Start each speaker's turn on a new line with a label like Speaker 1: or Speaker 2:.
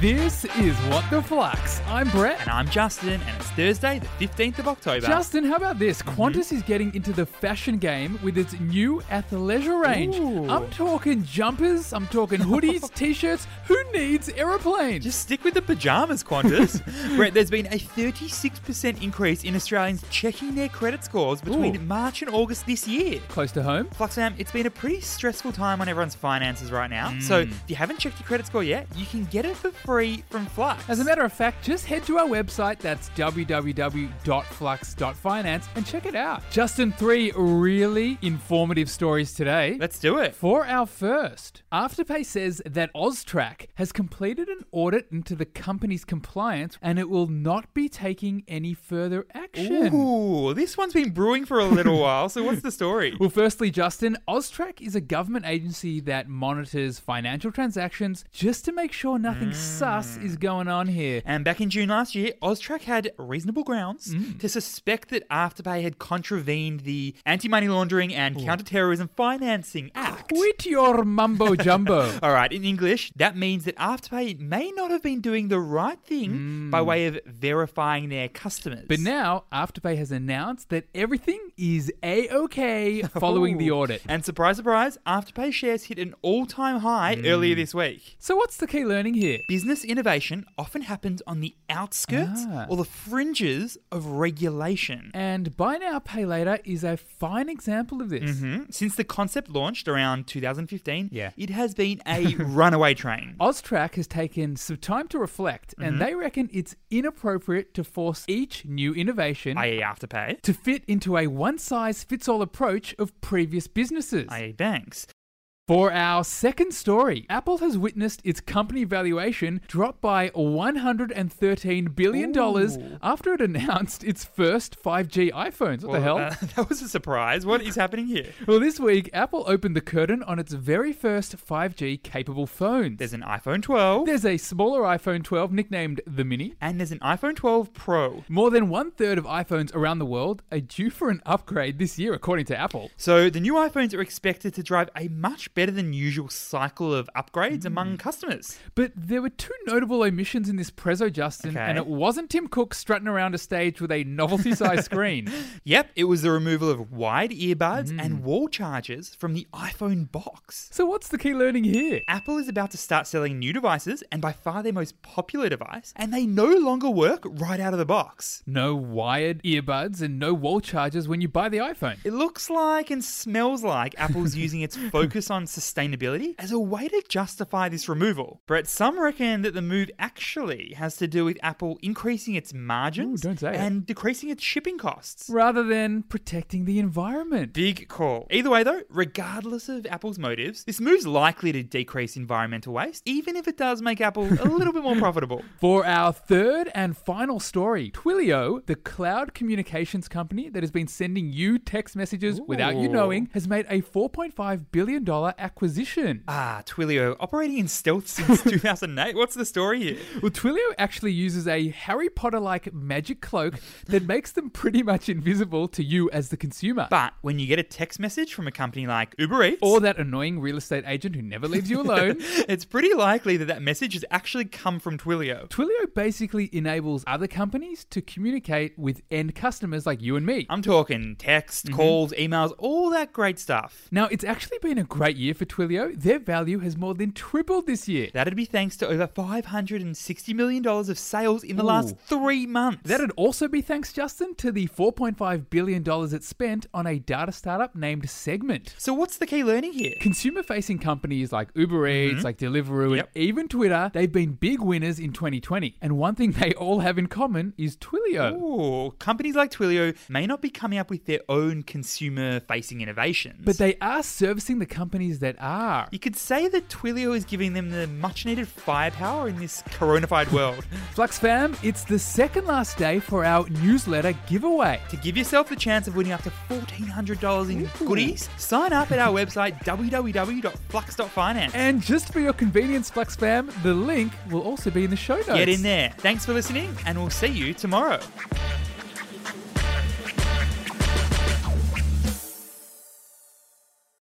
Speaker 1: This is What the Flux. I'm Brett.
Speaker 2: And I'm Justin, and it's Thursday, the 15th of October.
Speaker 1: Justin, how about this?
Speaker 2: Mm-hmm.
Speaker 1: Qantas is getting into the fashion game with its new athleisure range.
Speaker 2: Ooh.
Speaker 1: I'm talking jumpers, I'm talking hoodies, t shirts. Who needs aeroplanes?
Speaker 2: Just stick with the pajamas, Qantas. Brett, there's been a 36% increase in Australians checking their credit scores between
Speaker 1: Ooh.
Speaker 2: March and August this year.
Speaker 1: close to home.
Speaker 2: Fluxam, it's been a pretty stressful time on everyone's finances right now. So
Speaker 1: Mm.
Speaker 2: if you haven't checked your credit score yet, you can get it for free from Flux.
Speaker 1: As a matter of fact, just head to our website, that's www.flux.finance, and check it out. Justin, three really informative stories today.
Speaker 2: Let's do it.
Speaker 1: For our first, Afterpay says that Oztrack has completed an audit into the company's compliance and it will not be taking any further action.
Speaker 2: Ooh, this one's been brewing for a little while. So what's the story?
Speaker 1: Well, firstly, Justin, Oztrack is a government agency that monitors financial transactions just to make sure nothing sus
Speaker 2: Mm.
Speaker 1: is going on here.
Speaker 2: And back in June last year, Oztrack had reasonable grounds
Speaker 1: Mm.
Speaker 2: to suspect that Afterpay had contravened the Anti Money Laundering and Counterterrorism Financing Act.
Speaker 1: Quit your mumbo jumbo.
Speaker 2: All right, in English, that means that Afterpay may not have been doing the right thing by way of verifying their customers.
Speaker 1: Mm. But now, Afterpay has announced that everything is a okay following the
Speaker 2: Ooh.
Speaker 1: audit.
Speaker 2: And surprise, surprise, Afterpay shares hit an all time high
Speaker 1: Mm.
Speaker 2: earlier this week.
Speaker 1: So, what's the key learning here?
Speaker 2: Business innovation often happens on the outskirts
Speaker 1: Ah.
Speaker 2: or the fringes of regulation.
Speaker 1: And buy now, pay later is a fine example of this.
Speaker 2: Mhm. Since the concept launched around 2015,
Speaker 1: Yeah.
Speaker 2: it has been a runaway train.
Speaker 1: Oztrack has taken some time to reflect,
Speaker 2: Mm-hmm.
Speaker 1: and they reckon it's inappropriate to force each new innovation
Speaker 2: i.e. E Afterpay,
Speaker 1: to fit into a one size fits all approach of previous businesses.
Speaker 2: i.e. E banks.
Speaker 1: For our second story, Apple has witnessed its company valuation drop by $113 billion
Speaker 2: Ooh.
Speaker 1: after it announced its first 5G iPhones. What the hell?
Speaker 2: Well, uh, that was a surprise. What is happening here?
Speaker 1: Well, this week, Apple opened the curtain on its very first 5G capable phones.
Speaker 2: There's an iPhone 12
Speaker 1: There's a smaller iPhone 12 nicknamed the Mini.
Speaker 2: and there's an iPhone 12 Pro.
Speaker 1: More than one third of iPhones around the world are due for an upgrade this year, according to Apple.
Speaker 2: So the new iPhones are expected to drive a much better than usual cycle of upgrades
Speaker 1: Mm.
Speaker 2: among customers.
Speaker 1: But there were two notable omissions in this prezzo, Justin,
Speaker 2: Okay.
Speaker 1: and it wasn't Tim Cook strutting around a stage with a novelty size screen.
Speaker 2: Yep, it was the removal of wired earbuds
Speaker 1: Mm.
Speaker 2: and wall chargers from the iPhone box.
Speaker 1: So, what's the key learning here?
Speaker 2: Apple is about to start selling new devices and by far their most popular device, and they no longer work right out of the box.
Speaker 1: No wired earbuds and no wall chargers when you buy the iPhone.
Speaker 2: It looks like and smells like Apple's using its focus on sustainability as a way to justify this removal. Brett, some reckon that the move actually has to do with Apple increasing its margins
Speaker 1: Ooh, don't say it.
Speaker 2: and decreasing its shipping costs.
Speaker 1: Rather than protecting the environment.
Speaker 2: Big call. Either way, though, regardless of Apple's motives, this move's likely to decrease environmental waste, even if it does make Apple a little bit more profitable.
Speaker 1: For our third and final story, Twilio, the cloud communications company that has been sending you text messages without you
Speaker 2: Ooh.
Speaker 1: knowing, has made a $4.5 billion acquisition.
Speaker 2: Ah, Twilio, operating in stealth since 2008. What's the story here?
Speaker 1: Well, Twilio actually uses a Harry Potter like magic cloak that makes them pretty much invisible to you as the consumer.
Speaker 2: But when you get a text message from a company like Uber Eats,
Speaker 1: or that annoying real estate agent who never leaves you alone.
Speaker 2: it's pretty likely that that message has actually come from Twilio.
Speaker 1: Twilio basically enables other companies to communicate with end customers like you and me.
Speaker 2: I'm talking text,
Speaker 1: Mm-hmm.
Speaker 2: calls, emails, all that great stuff.
Speaker 1: Now, it's actually been a great year for Twilio. Their value has more than tripled this year.
Speaker 2: That'd be thanks to over $560 million of sales in the
Speaker 1: Ooh.
Speaker 2: last three months.
Speaker 1: That'd also be thanks, Justin, to the $4.5 billion it spent on a data startup named Segment.
Speaker 2: so, what's the key learning here?
Speaker 1: Consumer facing companies like Uber Eats, like Deliveroo,
Speaker 2: Mm-hmm. Yep.
Speaker 1: and even Twitter, they've been big winners in 2020. And one thing they all have in common is Twilio.
Speaker 2: Ooh, companies like Twilio may not be coming up with their own consumer facing innovations.
Speaker 1: But they are servicing the companies that are.
Speaker 2: You could say that Twilio is giving them the much needed firepower in this coronafied world.
Speaker 1: Flux fam, it's the second last day for our newsletter giveaway.
Speaker 2: to give yourself the chance of winning up to $1,400 in goodies, sign up at our website www.flux.finance.
Speaker 1: And just for your convenience, Flux fam, the link will also be in the show notes.
Speaker 2: Get in there. Thanks for listening, and we'll see you tomorrow.